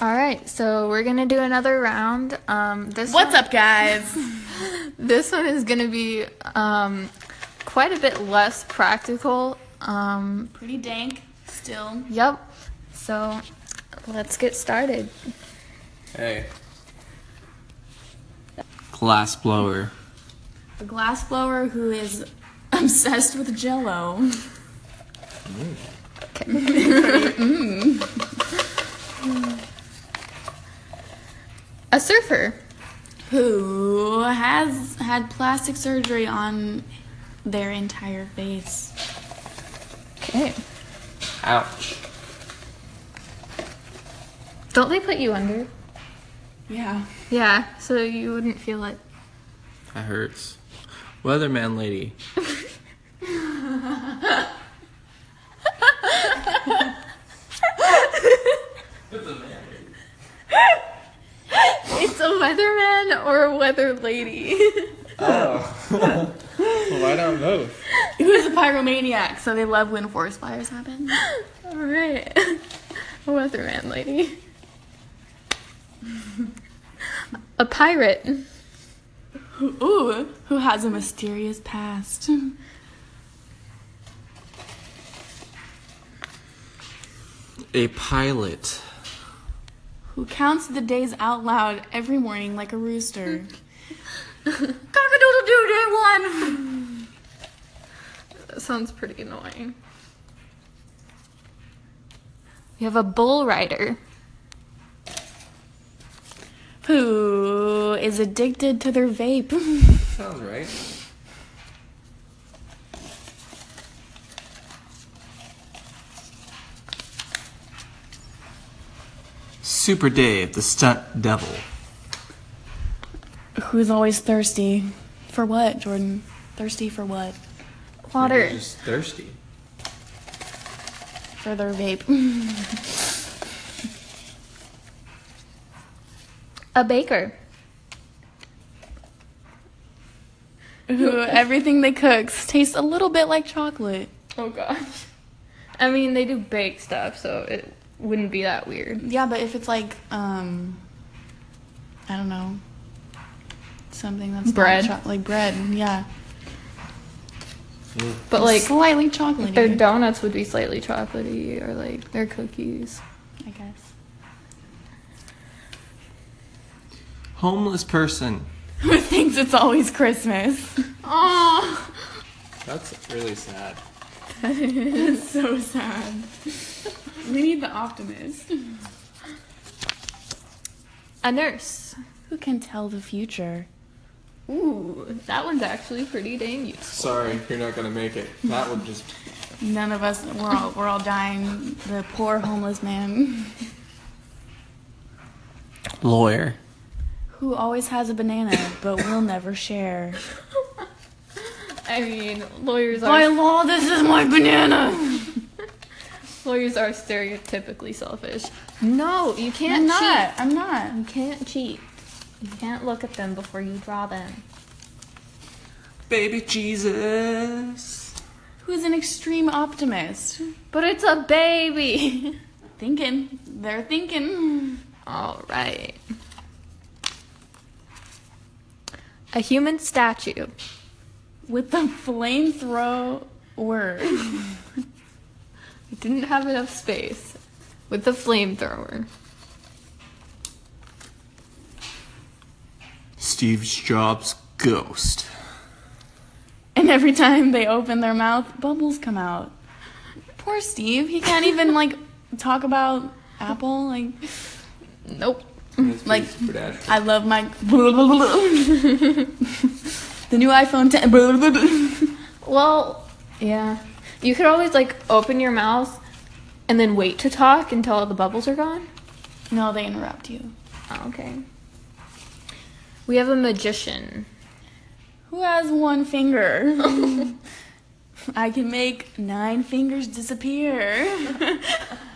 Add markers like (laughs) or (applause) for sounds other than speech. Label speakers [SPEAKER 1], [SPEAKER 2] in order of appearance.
[SPEAKER 1] All right, so we're gonna do another round. Um, this
[SPEAKER 2] What's
[SPEAKER 1] one,
[SPEAKER 2] up, guys?
[SPEAKER 1] This one is gonna be um, quite a bit less practical. Um,
[SPEAKER 2] Pretty dank still.
[SPEAKER 1] yep. So let's get started.
[SPEAKER 3] Hey. Glass blower.
[SPEAKER 2] A glass blower who is (laughs) obsessed with jello.
[SPEAKER 1] A surfer.
[SPEAKER 2] Who has had plastic surgery on their entire face.
[SPEAKER 1] Okay.
[SPEAKER 3] Ouch.
[SPEAKER 1] Don't they put you under?
[SPEAKER 2] Yeah.
[SPEAKER 1] Yeah, so you wouldn't feel it.
[SPEAKER 3] That hurts. Weatherman lady.
[SPEAKER 1] It's a weatherman or a weather lady. (laughs)
[SPEAKER 3] Why not both?
[SPEAKER 2] Who is a pyromaniac, so they love when forest fires happen.
[SPEAKER 1] All right. (laughs) A weatherman lady. A pirate.
[SPEAKER 2] Ooh, who has a mysterious past.
[SPEAKER 3] A pilot.
[SPEAKER 2] Who counts the days out loud every morning like a rooster.
[SPEAKER 1] Cock-a-doodle-doo, day one. That sounds pretty annoying. We have a bull rider.
[SPEAKER 2] Who is addicted to their vape.
[SPEAKER 3] Sounds right. Super Dave, the stunt devil.
[SPEAKER 2] Who's always thirsty. For what, Jordan? Thirsty for what?
[SPEAKER 1] Water.
[SPEAKER 3] Just thirsty.
[SPEAKER 2] For their vape. (laughs)
[SPEAKER 1] A baker.
[SPEAKER 2] Who everything they cooks tastes a little bit like chocolate.
[SPEAKER 1] Oh gosh. I mean, they do bake stuff, so it wouldn't be that weird.
[SPEAKER 2] Yeah, but if it's like, um, I don't know, something that's not
[SPEAKER 1] Bread.
[SPEAKER 2] cho- like bread, yeah,
[SPEAKER 1] But like
[SPEAKER 2] slightly chocolatey.
[SPEAKER 1] their donuts would be slightly chocolatey, or like their cookies.
[SPEAKER 2] I guess. (laughs)
[SPEAKER 3] Homeless person.
[SPEAKER 2] Who thinks it's always Christmas? (laughs)
[SPEAKER 1] Oh.
[SPEAKER 3] That's really sad.
[SPEAKER 2] It's so sad. we need the optimist.
[SPEAKER 1] A nurse.
[SPEAKER 2] Who can tell the future?
[SPEAKER 1] Ooh, that one's actually pretty dang useful.
[SPEAKER 3] Sorry, you're not gonna make it. That would just.
[SPEAKER 2] None of us. We're all we're all dying. The poor homeless man
[SPEAKER 3] Lawyer.
[SPEAKER 2] who always has a banana but will never (laughs) share.
[SPEAKER 1] (laughs) I mean, lawyers
[SPEAKER 2] By
[SPEAKER 1] are
[SPEAKER 2] law, this is my banana.
[SPEAKER 1] lawyers are stereotypically selfish. No, you can't
[SPEAKER 2] I'm
[SPEAKER 1] cheat.
[SPEAKER 2] not. I'm not.
[SPEAKER 1] You can't cheat. You can't look at them before you draw them.
[SPEAKER 3] Baby Jesus.
[SPEAKER 2] Who's an extreme optimist?
[SPEAKER 1] But it's a baby. (laughs)
[SPEAKER 2] Thinking. They're thinking.
[SPEAKER 1] All right. A human statue.
[SPEAKER 2] With the flamethrower.
[SPEAKER 1] I didn't have enough space with the flamethrower.
[SPEAKER 3] Steve Jobs' ghost.
[SPEAKER 2] And every time they open their mouth, bubbles come out. Poor Steve. He can't even, like, talk about Apple. Like,
[SPEAKER 1] Nope.
[SPEAKER 2] Like- I love my. (laughs) the new iPhone 10.
[SPEAKER 1] Well, yeah. You could always like open your mouth and then wait to talk until all the bubbles are gone.
[SPEAKER 2] (laughs) no, they interrupt you.
[SPEAKER 1] Oh, okay. We have a magician.
[SPEAKER 2] Who has one (laughs) finger? I can make nine fingers disappear. (laughs)